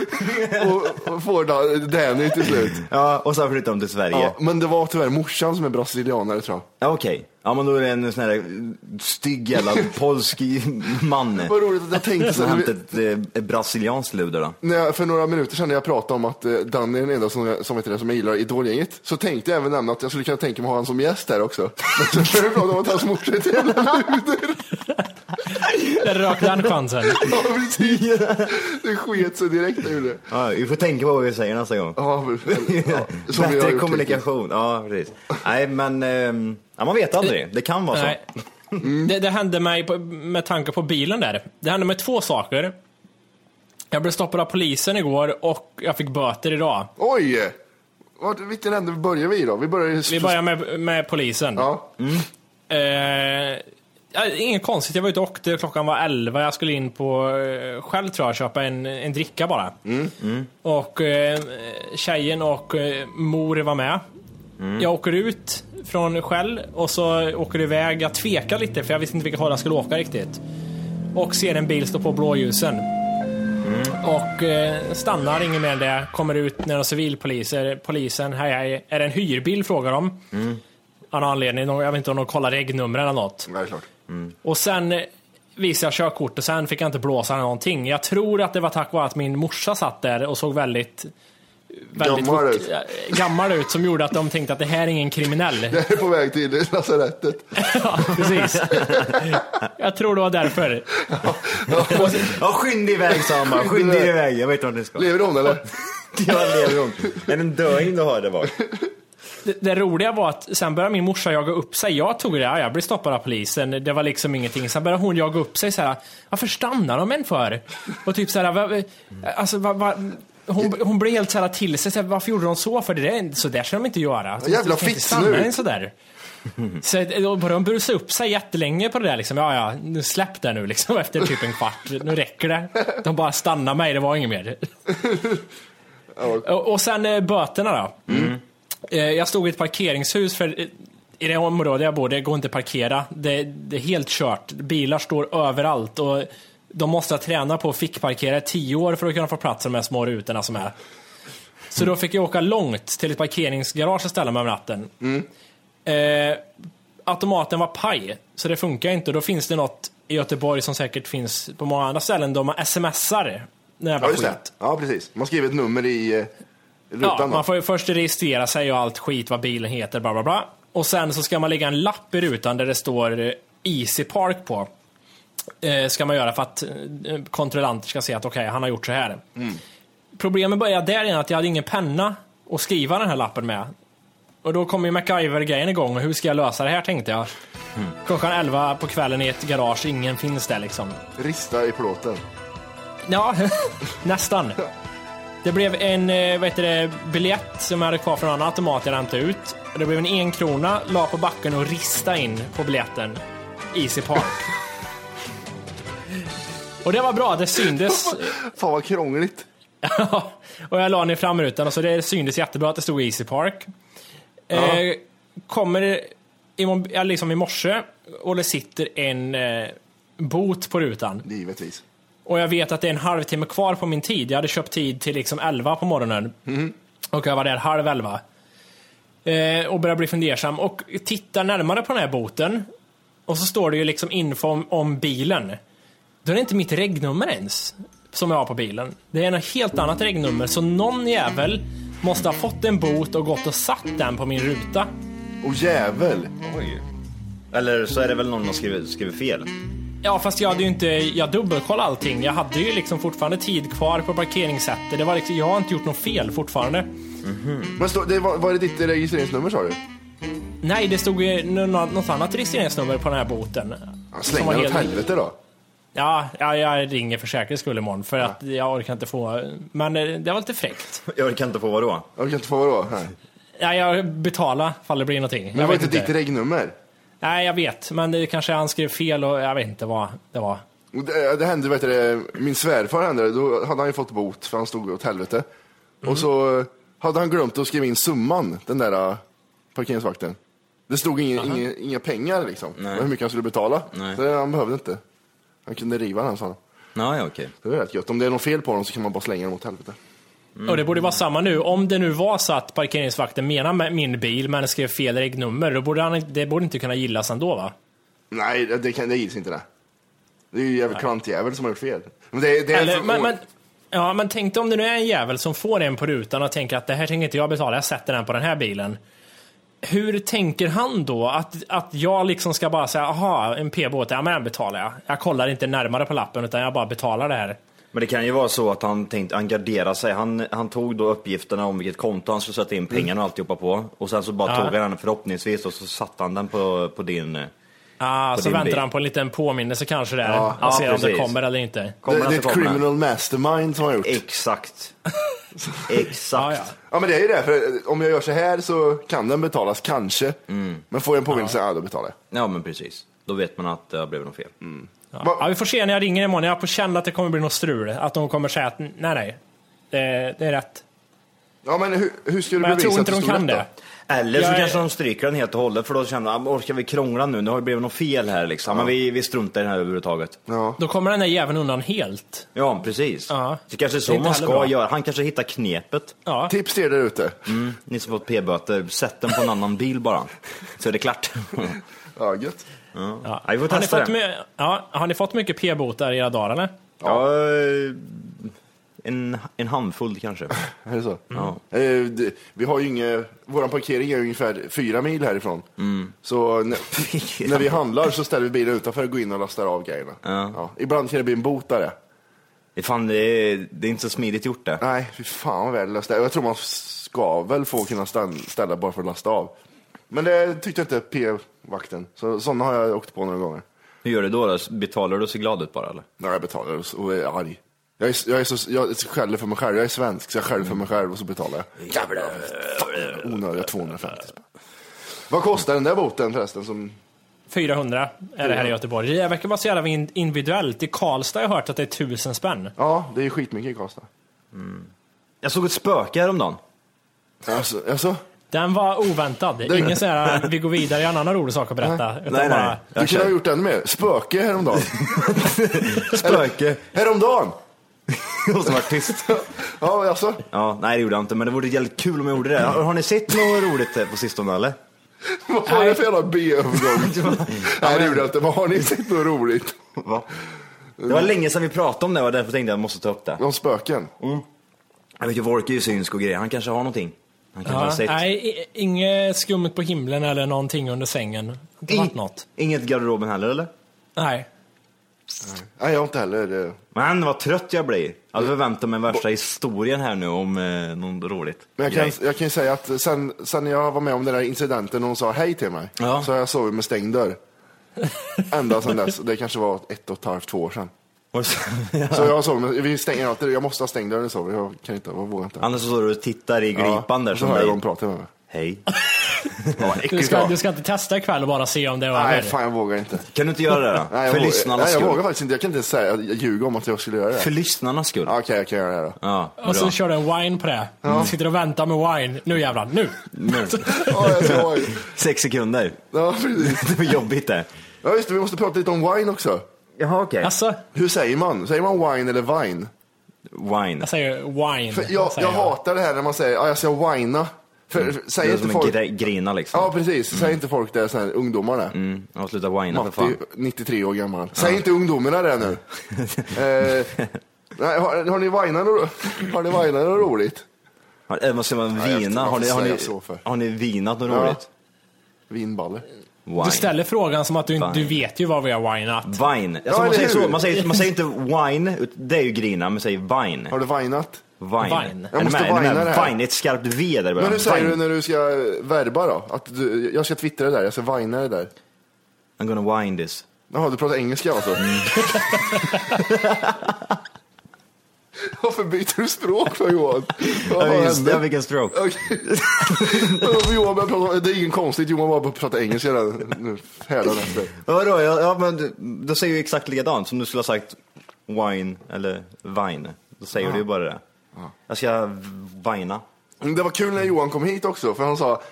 [SPEAKER 2] och, och får da- Danny till slut.
[SPEAKER 6] Ja, och sen flyttade de till Sverige.
[SPEAKER 2] Ja, men det var tyvärr morsan som är brasilianare tror jag.
[SPEAKER 6] Ja. Okej, ja men då är det en sån här eh, stygg jävla polsk man.
[SPEAKER 2] Vad roligt att jag tänkte så
[SPEAKER 6] Som
[SPEAKER 2] här,
[SPEAKER 6] hämtat ett, eh, ett brasilianskt luder då.
[SPEAKER 2] när jag, för några minuter sedan när jag pratade om att eh, Danny är den enda som, som, heter det, som jag gillar i Idolgänget, så tänkte jag även nämna att jag skulle kunna tänka mig att ha honom som gäst här också. Men sen började vi prata om att hans morsa är ett jävla luder.
[SPEAKER 5] Där rök den chansen.
[SPEAKER 2] Ja, precis. Det sket sig direkt när jag gjorde.
[SPEAKER 6] Ja, vi får tänka på vad vi säger nästa gång.
[SPEAKER 2] Ja, men- ja, som vi har
[SPEAKER 6] Bättre
[SPEAKER 2] gjort
[SPEAKER 6] kommunikation, ja precis. Nej men, ehm, ja, man vet aldrig, det kan vara så.
[SPEAKER 5] Nej. Det, det hände mig på, med tanke på bilen där. Det hände mig två saker. Jag blev stoppad av polisen igår och jag fick böter idag.
[SPEAKER 2] Oj! Vart, vilken ände börjar vi i då? Vi börjar i...
[SPEAKER 5] Vi börjar med, med polisen.
[SPEAKER 2] Ja. Mm,
[SPEAKER 5] Eh, ja, inget konstigt, jag var ute och åkte, klockan var 11, jag skulle in på eh, själv tror jag, köpa en, en dricka bara. Och eh, tjejen och eh, mor var med. Jag åker ut från Shell och så åker jag iväg. Jag tvekar lite för jag visste inte vilket håll jag skulle åka riktigt. Och ser en bil stå på blåljusen. Och eh, stannar, inget mer än det. Kommer ut några civilpoliser. Polisen, hej hej. Är det en hyrbil frågar de. Av någon anledning. Jag vet inte om de kollar regnummer eller något.
[SPEAKER 2] Nej, klart.
[SPEAKER 5] Och sen eh, visade jag körkort och sen fick jag inte blåsa någonting. Jag tror att det var tack vare att min morsa satt där och såg väldigt väldigt
[SPEAKER 2] Gammal
[SPEAKER 5] fort-
[SPEAKER 2] ut.
[SPEAKER 5] ja, gammal ut som gjorde att de tänkte att det här är ingen kriminell.
[SPEAKER 2] Jag är på väg till lasarettet.
[SPEAKER 5] Ja, precis. Jag tror det var därför.
[SPEAKER 6] Ja, skynda iväg sa han bara. Skynda er iväg. Jag vet inte vart ni ska.
[SPEAKER 2] Lever hon eller?
[SPEAKER 6] Ja, lever hon. Är det en döing du har där bak?
[SPEAKER 5] Det, det roliga var att sen började min morsa jaga upp sig. Jag tog det, ja, jag blev stoppad av polisen. Det var liksom ingenting. Sen började hon jaga upp sig så här. Varför stannar de en för? Och typ så här, va, alltså, va, va, hon, hon blev helt så här till sig. Så här, varför gjorde de så? För det där, är- så där ska de inte göra.
[SPEAKER 2] Ja, jävla
[SPEAKER 5] Du kan inte
[SPEAKER 2] fittsnut.
[SPEAKER 5] stanna en så där. Så då började de brusa upp sig jättelänge på det där liksom. Ja, ja, nu släpp det nu liksom efter typ en kvart. Nu räcker det. De bara stannade mig, det var inget mer. Och, och sen eh, böterna då. Eh, Jag stod i ett parkeringshus för eh, i det område jag bor, det går inte att parkera. Det, det är helt kört. Bilar står överallt och de måste träna på att fickparkera i tio år för att kunna få plats i de här små rutorna som är. Så då fick jag åka långt till ett parkeringsgarage och ställa mig över natten.
[SPEAKER 2] Mm.
[SPEAKER 5] Eh, automaten var paj, så det funkar inte. Och Då finns det något i Göteborg som säkert finns på många andra ställen, där man smsar den här
[SPEAKER 2] Ja,
[SPEAKER 5] jävla
[SPEAKER 2] just
[SPEAKER 5] skiten.
[SPEAKER 2] det. Ja, precis. Man skriver ett nummer i eh, rutan.
[SPEAKER 5] Ja,
[SPEAKER 2] då.
[SPEAKER 5] man får ju först registrera sig och allt skit, vad bilen heter, bla bla bla. Och sen så ska man lägga en lapp i rutan där det står eh, Easy Park på. Eh, ska man göra för att eh, kontrollanter ska se att okej, han har gjort så här.
[SPEAKER 2] Mm.
[SPEAKER 5] Problemet började där igen att jag hade ingen penna att skriva den här lappen med. Och då kom ju MacGyver-grejen igång och hur ska jag lösa det här tänkte jag.
[SPEAKER 2] Mm.
[SPEAKER 5] Klockan 11 på kvällen i ett garage, ingen finns där liksom.
[SPEAKER 2] Rista i plåten.
[SPEAKER 5] Ja, nästan. Det blev en eh, vad heter det, biljett som jag hade kvar från en annan automat jag hämtade ut. Det blev en enkrona, la på backen och rista in på biljetten. Easy Park. och det var bra, det syndes.
[SPEAKER 2] Fan vad krångligt.
[SPEAKER 5] och jag la den i framrutan och så det syndes jättebra att det stod Easy Park. Eh, kommer i, mo- ja, liksom i morse och det sitter en eh, bot på rutan.
[SPEAKER 2] Givetvis.
[SPEAKER 5] Och jag vet att det är en halvtimme kvar på min tid. Jag hade köpt tid till liksom 11 på morgonen. Och jag var där halv 11. Eh, och började bli fundersam och tittar närmare på den här boten. Och så står det ju liksom info om, om bilen. Då är det inte mitt regnummer ens. Som jag har på bilen. Det är något helt annat regnummer. Så någon jävel måste ha fått en bot och gått och satt den på min ruta.
[SPEAKER 2] Och jävel.
[SPEAKER 6] Oj. Eller så är det väl någon som skriver, skriver fel.
[SPEAKER 5] Ja, fast jag hade ju inte, jag dubbelkollade allting. Jag hade ju liksom fortfarande tid kvar på parkeringssättet. Det var liksom, jag har inte gjort något fel fortfarande.
[SPEAKER 2] Men stå, det, var, var det ditt registreringsnummer sa du?
[SPEAKER 5] Nej, det stod ju nå- nå- något annat registreringsnummer på den här boten.
[SPEAKER 2] Ja,
[SPEAKER 5] Som
[SPEAKER 2] Släng
[SPEAKER 5] var
[SPEAKER 2] den åt
[SPEAKER 5] helt-
[SPEAKER 2] helvete då.
[SPEAKER 5] Ja, ja, jag ringer för säkerhets skull imorgon för att jag orkar inte få, men eh, det var lite fräckt.
[SPEAKER 6] Jag orkar inte på vadå?
[SPEAKER 2] Jag kan inte få vadå? Nej.
[SPEAKER 5] Ja, jag betalar fall det blir någonting.
[SPEAKER 2] Men
[SPEAKER 5] jag
[SPEAKER 2] var
[SPEAKER 5] vet
[SPEAKER 2] inte ditt regnummer?
[SPEAKER 5] Nej, jag vet, men det kanske han skrev fel och jag vet inte vad det var.
[SPEAKER 2] Och Det, det hände, vet du, det, min svärfar hände det. Då hade han ju fått bot för han stod åt helvete. Och så hade han glömt att skriva in summan, den där äh, parkeringsvakten. Det stod ingen, inga, inga pengar liksom,
[SPEAKER 6] Nej.
[SPEAKER 2] hur mycket han skulle betala.
[SPEAKER 6] Nej.
[SPEAKER 2] Så det, han behövde inte. Han kunde riva den sa han.
[SPEAKER 6] Ja, ja, okej.
[SPEAKER 2] Det är rätt gött. Om det är något fel på dem så kan man bara slänga dem åt helvete.
[SPEAKER 5] Och det borde vara samma nu. Om det nu var så att parkeringsvakten menade med min bil men skrev fel regnummer, då borde han, det borde inte kunna gillas ändå va?
[SPEAKER 2] Nej, det, det, kan, det gills inte det. Det är ju en jävla klantjävel som har gjort fel. Men det, det är
[SPEAKER 5] Eller,
[SPEAKER 2] för-
[SPEAKER 5] men, men, ja, men tänk dig om det nu är en jävel som får en på rutan och tänker att det här tänker inte jag betala, jag sätter den på den här bilen. Hur tänker han då? Att, att jag liksom ska bara säga, aha, en p-båt, ja men den betalar jag. Jag kollar inte närmare på lappen utan jag bara betalar det här.
[SPEAKER 6] Men det kan ju vara så att han tänkte, han garderade sig. Han, han tog då uppgifterna om vilket konto han skulle sätta in pengarna och alltihopa på. Och sen så bara
[SPEAKER 5] Ja.
[SPEAKER 6] tog han den förhoppningsvis och så satte han den på, på din... eh,
[SPEAKER 5] Ah,
[SPEAKER 6] På
[SPEAKER 5] så
[SPEAKER 6] din
[SPEAKER 5] väntar
[SPEAKER 6] bil.
[SPEAKER 5] han på en liten påminnelse kanske där.
[SPEAKER 6] Ja,
[SPEAKER 5] att se
[SPEAKER 6] ja,
[SPEAKER 5] om det
[SPEAKER 6] precis.
[SPEAKER 5] kommer eller inte.
[SPEAKER 6] kommer
[SPEAKER 2] det,
[SPEAKER 6] den
[SPEAKER 2] det är
[SPEAKER 6] så
[SPEAKER 2] ett
[SPEAKER 6] kommer den.
[SPEAKER 2] criminal mastermind som har gjort.
[SPEAKER 6] Exakt.
[SPEAKER 5] Ja,
[SPEAKER 6] Exakt.
[SPEAKER 5] ja.
[SPEAKER 2] Ja men det är ju det, för eh, om jag gör så här så kan den betalas kanske.
[SPEAKER 5] Mm.
[SPEAKER 2] Men får jag en påminnelse, ja. då betalar jag.
[SPEAKER 6] Ja men precis. Då vet man att det har blivit något fel.
[SPEAKER 5] Mm.
[SPEAKER 2] Va-
[SPEAKER 5] Ja, vi får se när jag ringer imorgon. Jag har på känn att det kommer bli något strul. Att de kommer säga att nej, nej, det, det är rätt.
[SPEAKER 2] Ja men hur, hur ska du
[SPEAKER 5] Men jag
[SPEAKER 2] bevisa
[SPEAKER 5] tror
[SPEAKER 2] att
[SPEAKER 5] inte
[SPEAKER 2] du
[SPEAKER 5] de
[SPEAKER 2] stod
[SPEAKER 5] kan
[SPEAKER 2] rätt
[SPEAKER 5] det.
[SPEAKER 6] Eller så
[SPEAKER 5] Jag är-
[SPEAKER 6] kanske de stryker den helt och hållet för då känner de, "Ah, orkar vi krångla nu? Nu har det blivit något fel här liksom. Men vi, vi struntar i den här överhuvudtaget.
[SPEAKER 2] då? Ja.
[SPEAKER 5] Då kommer den där jäveln undan helt.
[SPEAKER 6] Ja precis.
[SPEAKER 5] Ja.
[SPEAKER 6] Så kanske
[SPEAKER 5] Det
[SPEAKER 6] så
[SPEAKER 5] är inte
[SPEAKER 6] man
[SPEAKER 5] heller
[SPEAKER 6] ska
[SPEAKER 5] bra.
[SPEAKER 6] göra. Han kanske hittar knepet.
[SPEAKER 5] Ja.
[SPEAKER 2] Tips till er där ute.
[SPEAKER 6] Mm. Ni som fått p-böter, sätt den på en annan bil bara. Så är det klart.
[SPEAKER 2] Ja, gött.
[SPEAKER 5] Ja.
[SPEAKER 6] Ja, vi får
[SPEAKER 5] har, ni
[SPEAKER 6] testa
[SPEAKER 5] fått
[SPEAKER 6] det.
[SPEAKER 5] my- ja, har ni fått mycket p-botar i era dagar eller?
[SPEAKER 6] Ja, eh, En, en handfull kanske.
[SPEAKER 2] Är
[SPEAKER 5] Mm.
[SPEAKER 2] det så?
[SPEAKER 6] Ja.
[SPEAKER 2] Eh, det- Vi har ju inget, vår parkering är ungefär fyra mil härifrån.
[SPEAKER 5] Mm.
[SPEAKER 2] Så när, när vi handlar så ställer vi bilen utanför och går in och lastar av grejerna. Ja. Ibland kan det bli en bot där.
[SPEAKER 6] Det, fan, det, är, det är inte så smidigt gjort det.
[SPEAKER 2] Nej, fy fan vad värdelöst det är. Och Jag tror man ska väl få kunna stann- ställa bara för att lasta av. Men det tyckte inte P-vakten. Så, sådana har jag åkt på några gånger.
[SPEAKER 6] Hur gör du då? då? Betalar du och ser glad ut bara eller?
[SPEAKER 2] När jag betalar och- och är arg. Jag, är, jag, är så, jag skäller för mig själv. Jag är svensk så jag skäller för mig själv och så betalar jag. Jävlar, fan, onödiga 250 spänn. Vad kostar den där boten förresten? Som...
[SPEAKER 5] 400 är det här i Göteborg. Det verkar vara så jävla in- individuellt. I Karlstad har jag hört att det är 1000 spänn.
[SPEAKER 2] Ja, det är skitmycket i Karlstad.
[SPEAKER 6] Jag såg ett spöke häromdagen.
[SPEAKER 2] Alltså, alltså?
[SPEAKER 5] Den var oväntad.
[SPEAKER 2] Det-
[SPEAKER 5] Ingen så här, vi går vidare, jag har en annan rolig sak att berätta. Utan
[SPEAKER 6] Nej, nej.
[SPEAKER 5] bara,
[SPEAKER 2] Du
[SPEAKER 6] Jag
[SPEAKER 2] kunde
[SPEAKER 6] kör.
[SPEAKER 2] ha gjort ännu mer. Spöke häromdagen.
[SPEAKER 6] Spöke!
[SPEAKER 2] häromdagen!
[SPEAKER 6] Det måste varit tyst.
[SPEAKER 2] Ja, men alltså.
[SPEAKER 6] Ja, nej det gjorde jag inte, men det vore jävligt kul om jag gjorde det. Har, har ni sett något roligt eh, på sistone eller?
[SPEAKER 2] Vad var det för jävla B-övergång? Nej, det gjorde jag inte. Vad har ni sett något roligt?
[SPEAKER 6] Va? Det var länge sedan vi pratade om det och därför tänkte jag att jag måste ta upp det.
[SPEAKER 2] Om spöken?
[SPEAKER 6] Jag vet ju, Wolke är ju synsk och grejer, han kanske har någonting. Han kanske har
[SPEAKER 5] ja,
[SPEAKER 6] sett.
[SPEAKER 5] nej, i- inget skummet på himlen eller någonting under sängen. Inte varit något.
[SPEAKER 6] Inget i garderoben heller eller?
[SPEAKER 5] Nej.
[SPEAKER 2] Nej, jag har inte heller... eh,
[SPEAKER 6] Men vad trött jag blir. Alltså, Jag förväntar mig värsta historien här nu om eh, någon roligt.
[SPEAKER 2] Men jag
[SPEAKER 6] grej.
[SPEAKER 2] kan, jag kan ju säga att sen, sen jag var med om den där incidenten och hon sa hej till mig,
[SPEAKER 6] Ja.
[SPEAKER 2] så har jag sovit med stängd dörr. Ända sedan dess. Det kanske var ett och ett halvt, två år sedan.
[SPEAKER 6] Och så- ja.
[SPEAKER 2] Så jag sover med, vi stänger alltid, jag måste ha stängd dörr när jag sover, jag kan inte, jag vågar inte.
[SPEAKER 6] Annars så står du och tittar i
[SPEAKER 2] Ja,
[SPEAKER 6] glipan där
[SPEAKER 2] så
[SPEAKER 6] som
[SPEAKER 2] hör jag dem
[SPEAKER 6] dig.
[SPEAKER 2] prata med mig.
[SPEAKER 6] Hej.
[SPEAKER 2] Ja, vad
[SPEAKER 5] Du
[SPEAKER 2] äckligt det
[SPEAKER 5] ska,
[SPEAKER 2] var.
[SPEAKER 5] du ska inte testa ikväll och bara se om det var
[SPEAKER 2] Nej,
[SPEAKER 5] över?
[SPEAKER 2] fan jag vågar inte.
[SPEAKER 6] Kan du inte göra det då?
[SPEAKER 2] Nej, jag,
[SPEAKER 6] För
[SPEAKER 2] vågar,
[SPEAKER 6] lyssnarnas
[SPEAKER 2] nej, jag
[SPEAKER 6] skull.
[SPEAKER 2] vågar faktiskt inte, jag kan inte säga, jag ljuger om att jag skulle göra det.
[SPEAKER 6] För lyssnarnas skull.
[SPEAKER 2] Ja, Okej, jag kan göra det här då.
[SPEAKER 6] Ja,
[SPEAKER 5] Och så
[SPEAKER 6] bra.
[SPEAKER 5] kör du en wine på det. Sitter och väntar med wine. Nu jävlar, nu!
[SPEAKER 6] Nu.
[SPEAKER 2] Ja, jag ska,
[SPEAKER 6] Sex sekunder.
[SPEAKER 2] ja, precis.
[SPEAKER 6] Det var jobbigt det.
[SPEAKER 2] ja, just det, vi måste prata lite om wine också.
[SPEAKER 6] Jaha, okej.
[SPEAKER 5] Alltså,
[SPEAKER 2] Hur säger man? Säger man wine eller vine?
[SPEAKER 6] Wine.
[SPEAKER 5] jag säger wine.
[SPEAKER 2] För jag,
[SPEAKER 5] säger
[SPEAKER 2] jag hatar det här när man säger ja, jag ska whina. För, för,
[SPEAKER 6] Mm. Det
[SPEAKER 2] säger
[SPEAKER 6] är
[SPEAKER 2] inte
[SPEAKER 6] som en
[SPEAKER 2] folk...
[SPEAKER 6] gre- grina liksom.
[SPEAKER 2] Ja, precis. Säger inte folk det, sen ungdomarna.
[SPEAKER 6] Mm, och sluta whina för
[SPEAKER 2] Matti,
[SPEAKER 6] fan.
[SPEAKER 2] 93 år gammal. Säg inte ungdomarna det nu. eh, nej, har, har ni whinat något har ni whinat något roligt?
[SPEAKER 6] Har, eh, vad ska man
[SPEAKER 2] jag vet inte,
[SPEAKER 6] vina? Har ni,
[SPEAKER 2] varför
[SPEAKER 6] har, ni,
[SPEAKER 2] säger jag så för?
[SPEAKER 6] har ni vinat något
[SPEAKER 2] Ja.
[SPEAKER 6] roligt?
[SPEAKER 2] Vinballe.
[SPEAKER 6] Wine.
[SPEAKER 5] Du ställer frågan som att du, inte- du
[SPEAKER 6] Wine.
[SPEAKER 5] vet ju vad vi har winat.
[SPEAKER 6] Vine. Alltså,
[SPEAKER 2] eller
[SPEAKER 6] man, säger
[SPEAKER 2] hur?
[SPEAKER 6] så, man, säger, man säger inte wine, ut- det är ju grina, men säger vine.
[SPEAKER 2] Har du whinat?
[SPEAKER 6] Vine.
[SPEAKER 5] Vine.
[SPEAKER 2] Jag måste
[SPEAKER 6] är ni
[SPEAKER 2] vina det här.
[SPEAKER 6] Vine, det är ett skarpt V där i början.
[SPEAKER 2] Men hur säger
[SPEAKER 6] Vine.
[SPEAKER 2] du när du ska verba då? Att du, jag ska twittra det där, jag ska whina det där.
[SPEAKER 6] I'm gonna wine this.
[SPEAKER 2] Jaha, du pratar engelska alltså?
[SPEAKER 6] Mm.
[SPEAKER 2] Varför byter du språk för Johan? Vad
[SPEAKER 6] Ja, just
[SPEAKER 2] hände?
[SPEAKER 6] det, jag fick en stroke.
[SPEAKER 2] Okej. Johan började prata, det är ingen konstigt, Johan bara började prata engelska där nu, hädanefter.
[SPEAKER 6] Ja, Vadå, ja, ja, men du, du säger ju exakt likadant som du skulle ha sagt wine eller vine. Då säger
[SPEAKER 2] Ah.
[SPEAKER 6] du ju bara det. Jag ska vina.
[SPEAKER 2] Men Mm, Det var kul när Johan kom hit också, för han sa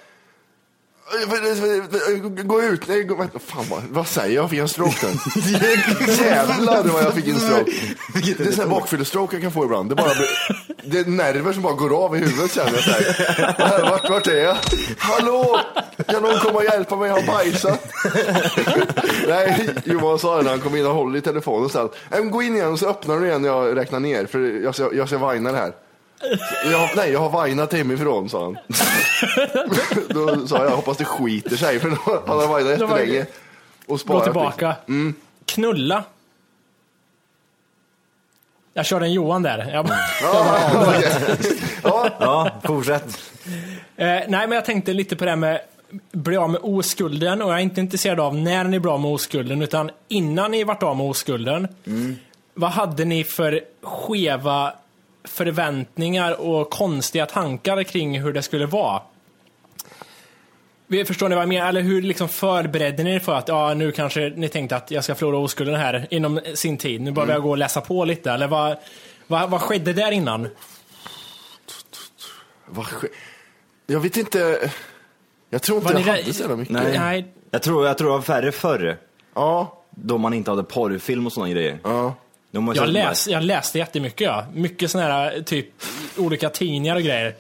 [SPEAKER 2] Gå ut, nej, gå, vänta, fan vad, vad säger jag? Jag fick en stroke där. Jävlar vad jag fick en stroke. Det är sån här bakfyllestroke jag kan få ibland. Det, bara blir, det är nerver som bara går av i huvudet känner jag. Så här. Vart, vart är jag? Hallå! Kan någon komma och hjälpa mig? Jag har bajsat. Nej, Johan sa det när han kom in och håller i telefonen och sa Gå in igen och så öppnar du igen när jag räknar ner för jag ska, jag ska vajna det här. Jag, nej, jag har vinat hemifrån, sa han. då sa jag, hoppas det skiter sig, för då- han har vinat
[SPEAKER 5] Det var-
[SPEAKER 2] jättelänge. Och
[SPEAKER 5] Gå
[SPEAKER 2] sparat,
[SPEAKER 5] tillbaka.
[SPEAKER 2] Mm.
[SPEAKER 5] Knulla. Jag körde en Johan där. Jag,
[SPEAKER 2] Liksom. Ja, okej. ja,
[SPEAKER 6] Ja, fortsätt.
[SPEAKER 5] eh, nej, men jag tänkte lite på det här med bli av med oskulden och jag är inte intresserad av när ni blir av med oskulden utan innan ni vart av med oskulden. Vad hade ni för skeva förväntningar och konstiga tankar kring hur det skulle vara? Vi- Förstår ni vad jag menar? Eller hur liksom förberedde ni er för att ja, nu kanske ni tänkte att jag ska förlora oskulden här inom sin tid? Nu behöver jag gå och läsa på lite. Eller vad, vad, vad skedde där innan?
[SPEAKER 2] vad ske- Jag vet inte. Jag tror inte
[SPEAKER 5] Var
[SPEAKER 2] jag
[SPEAKER 5] ni
[SPEAKER 2] hade
[SPEAKER 5] rädd?
[SPEAKER 2] så jävla mycket.
[SPEAKER 6] Nej.
[SPEAKER 5] Nej.
[SPEAKER 6] Jag tror, jag tror det var färre förr,
[SPEAKER 2] Ja,
[SPEAKER 6] då man inte hade porrfilm och sådana grejer.
[SPEAKER 2] ja.
[SPEAKER 6] Då Alltså, man
[SPEAKER 5] Jag, läs, jag läste jättemycket ja. Mycket sådana här typ olika tidningar och grejer.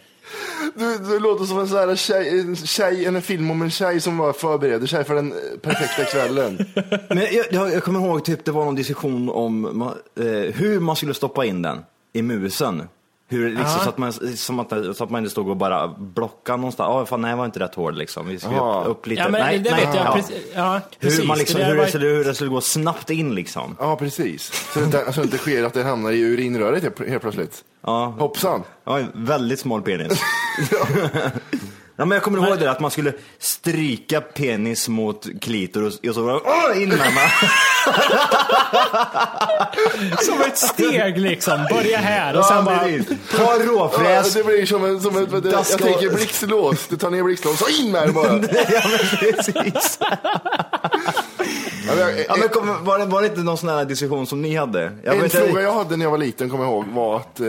[SPEAKER 2] Du, du låter som en sån här tjej, en tjej, en film om en tjej som bara förbereder sig för den eh, perfekta kvällen.
[SPEAKER 6] Men jag, jag, jag kommer ihåg, typ, det var någon diskussion om ma- eh, hur man skulle stoppa in den. i musen. Hur, liksom,
[SPEAKER 4] Ja.
[SPEAKER 6] så, att man, som att, så att man inte stod och bara blockade någonstans. Ja, fan, nej, det var inte rätt hård liksom. Vi ska
[SPEAKER 4] Ja.
[SPEAKER 6] upp, upp lite.
[SPEAKER 5] Ja, men
[SPEAKER 6] nej,
[SPEAKER 5] det
[SPEAKER 6] nej,
[SPEAKER 5] vet jag.
[SPEAKER 6] ja.
[SPEAKER 5] Precis, ja, precis.
[SPEAKER 6] hur, man liksom,
[SPEAKER 5] det där
[SPEAKER 6] hur,
[SPEAKER 5] var-
[SPEAKER 6] det skulle- hur det skulle gå snabbt in liksom.
[SPEAKER 2] Ja, precis. Så det, inte, så det inte sker att det hamnar i urinröret helt, helt plötsligt.
[SPEAKER 6] Ja.
[SPEAKER 2] Hoppsan.
[SPEAKER 6] Ja, en väldigt smal penis. Ja, men jag kommer ihåg det där, att man skulle stryka penis mot klitoris och så var det "Åh!" in med man.
[SPEAKER 5] Som alltså, ett steg liksom. Börja här och sen bara...
[SPEAKER 6] Ta en råfräs.
[SPEAKER 2] Ja, det blir som en, som ett, vet du, jag
[SPEAKER 6] Daska-
[SPEAKER 2] tänker blixtlås. Du tar ner blixtlås och in med det bara.
[SPEAKER 6] ja, men precis.
[SPEAKER 2] Ja, men jag-
[SPEAKER 6] Ja, men kom, var, det, var det inte någon sån här diskussion som ni hade? Jag
[SPEAKER 2] en
[SPEAKER 6] vet-
[SPEAKER 2] fråga jag hade när jag var liten, kommer jag ihåg, var att eh,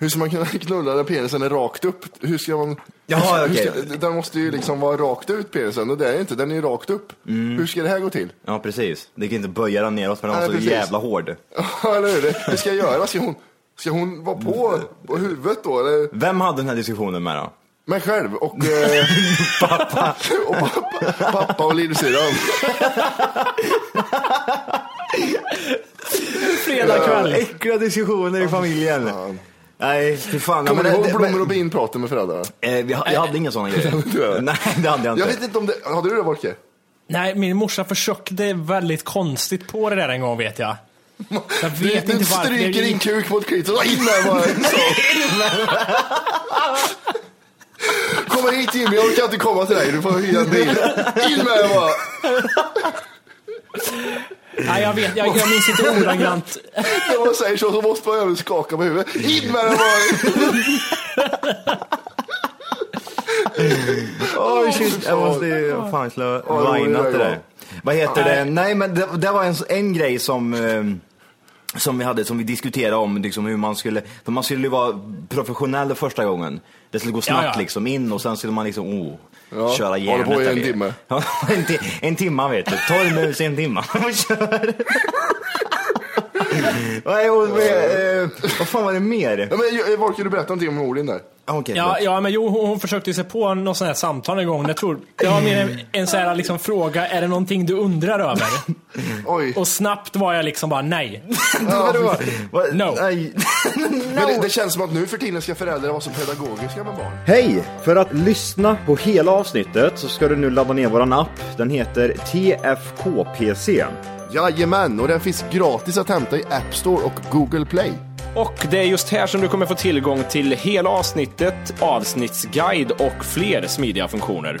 [SPEAKER 2] hur ska man kunna knulla den penisen rakt upp? Hur ska man...
[SPEAKER 6] Jaha,
[SPEAKER 2] hur
[SPEAKER 6] okej.
[SPEAKER 2] ska, den måste ju liksom vara rakt ut penisen och det är den inte, den är ju rakt upp.
[SPEAKER 6] Mm.
[SPEAKER 2] Hur ska det här gå till?
[SPEAKER 6] Ja, precis. Det kan inte böja den neråt för den var
[SPEAKER 2] Nej,
[SPEAKER 6] så
[SPEAKER 2] precis.
[SPEAKER 6] jävla hård.
[SPEAKER 2] Ja, eller hur? Det- Hur ska jag göra? Ska hon, ska hon vara på, på huvudet då? Eller?
[SPEAKER 6] Vem hade den här diskussionen med då?
[SPEAKER 2] Mig själv och, eh, och pappa, pappa och lillsyrran.
[SPEAKER 5] Fredag kväll.
[SPEAKER 6] Äckliga diskussioner i familjen. Nej, fy fan. Ja,
[SPEAKER 2] Kommer du
[SPEAKER 6] det-
[SPEAKER 2] ihåg
[SPEAKER 6] det-
[SPEAKER 2] blommor och bin-praten med föräldrarna?
[SPEAKER 6] Eh, vi ha- jag hade inga såna grejer. Nej, det hade jag
[SPEAKER 2] Jag
[SPEAKER 6] inte.
[SPEAKER 2] vet inte om det, hade du det Volke?
[SPEAKER 5] Nej, min morsa försökte väldigt konstigt på det där en gång vet jag. Jag
[SPEAKER 2] Du,
[SPEAKER 5] vet
[SPEAKER 2] du
[SPEAKER 5] inte varför.
[SPEAKER 2] stryker din kuk mot klitoris och in där bara. Så. Kommer hit Jimmy, jag orkar inte komma till dig, du får hyra en bil. In med dig bara.
[SPEAKER 5] Nej, jag vet. Jag, jag minns inte ordagrant.
[SPEAKER 2] När man säger så så måste man även skaka på huvudet. In med dig bara.
[SPEAKER 6] Oj shit, jag måste ju fan slå
[SPEAKER 2] det var
[SPEAKER 6] rhina
[SPEAKER 2] det
[SPEAKER 6] till
[SPEAKER 2] där.
[SPEAKER 6] det. Vad heter det? Nej men det, det var en, en grej som eh, som vi hade, som vi diskuterade om, liksom hur man skulle, för man skulle ju vara professionell första gången. Det skulle gå snabbt
[SPEAKER 5] Ja, ja.
[SPEAKER 6] liksom in och sen skulle man liksom, oh,
[SPEAKER 2] Ja,
[SPEAKER 6] köra
[SPEAKER 2] håller
[SPEAKER 6] järnet.
[SPEAKER 2] på i
[SPEAKER 6] där
[SPEAKER 2] en
[SPEAKER 6] vet.
[SPEAKER 2] timme.
[SPEAKER 6] Ja, en, ti- en timma vet du, torr mus i en timma. Och kör. Nej, och, eh, vad fan var det mer?
[SPEAKER 2] Ja, men, eh, Volke, du berättade någonting om Orin där.
[SPEAKER 6] Ah, okej,
[SPEAKER 5] Ja,
[SPEAKER 6] förlåt.
[SPEAKER 5] ja, men jo, hon, hon försökte sig på något sånt här samtal en gång. Jag tror, det var mer en, en sån här liksom fråga, är det någonting du undrar över?
[SPEAKER 2] Oj.
[SPEAKER 5] Och snabbt var jag liksom bara nej.
[SPEAKER 6] Vadå? Vad-
[SPEAKER 5] No.
[SPEAKER 6] Nej.
[SPEAKER 2] Men det, det känns som att nu för tiden ska föräldrar vara så pedagogiska med barn.
[SPEAKER 6] Hej! För att lyssna på hela avsnittet så ska du nu ladda ner våran app. Den heter TFKPC.
[SPEAKER 2] Jajamän, och den finns gratis att hämta i App Store och Google Play.
[SPEAKER 8] Och det är just här som du kommer få tillgång till hela avsnittet, avsnittsguide och fler smidiga funktioner.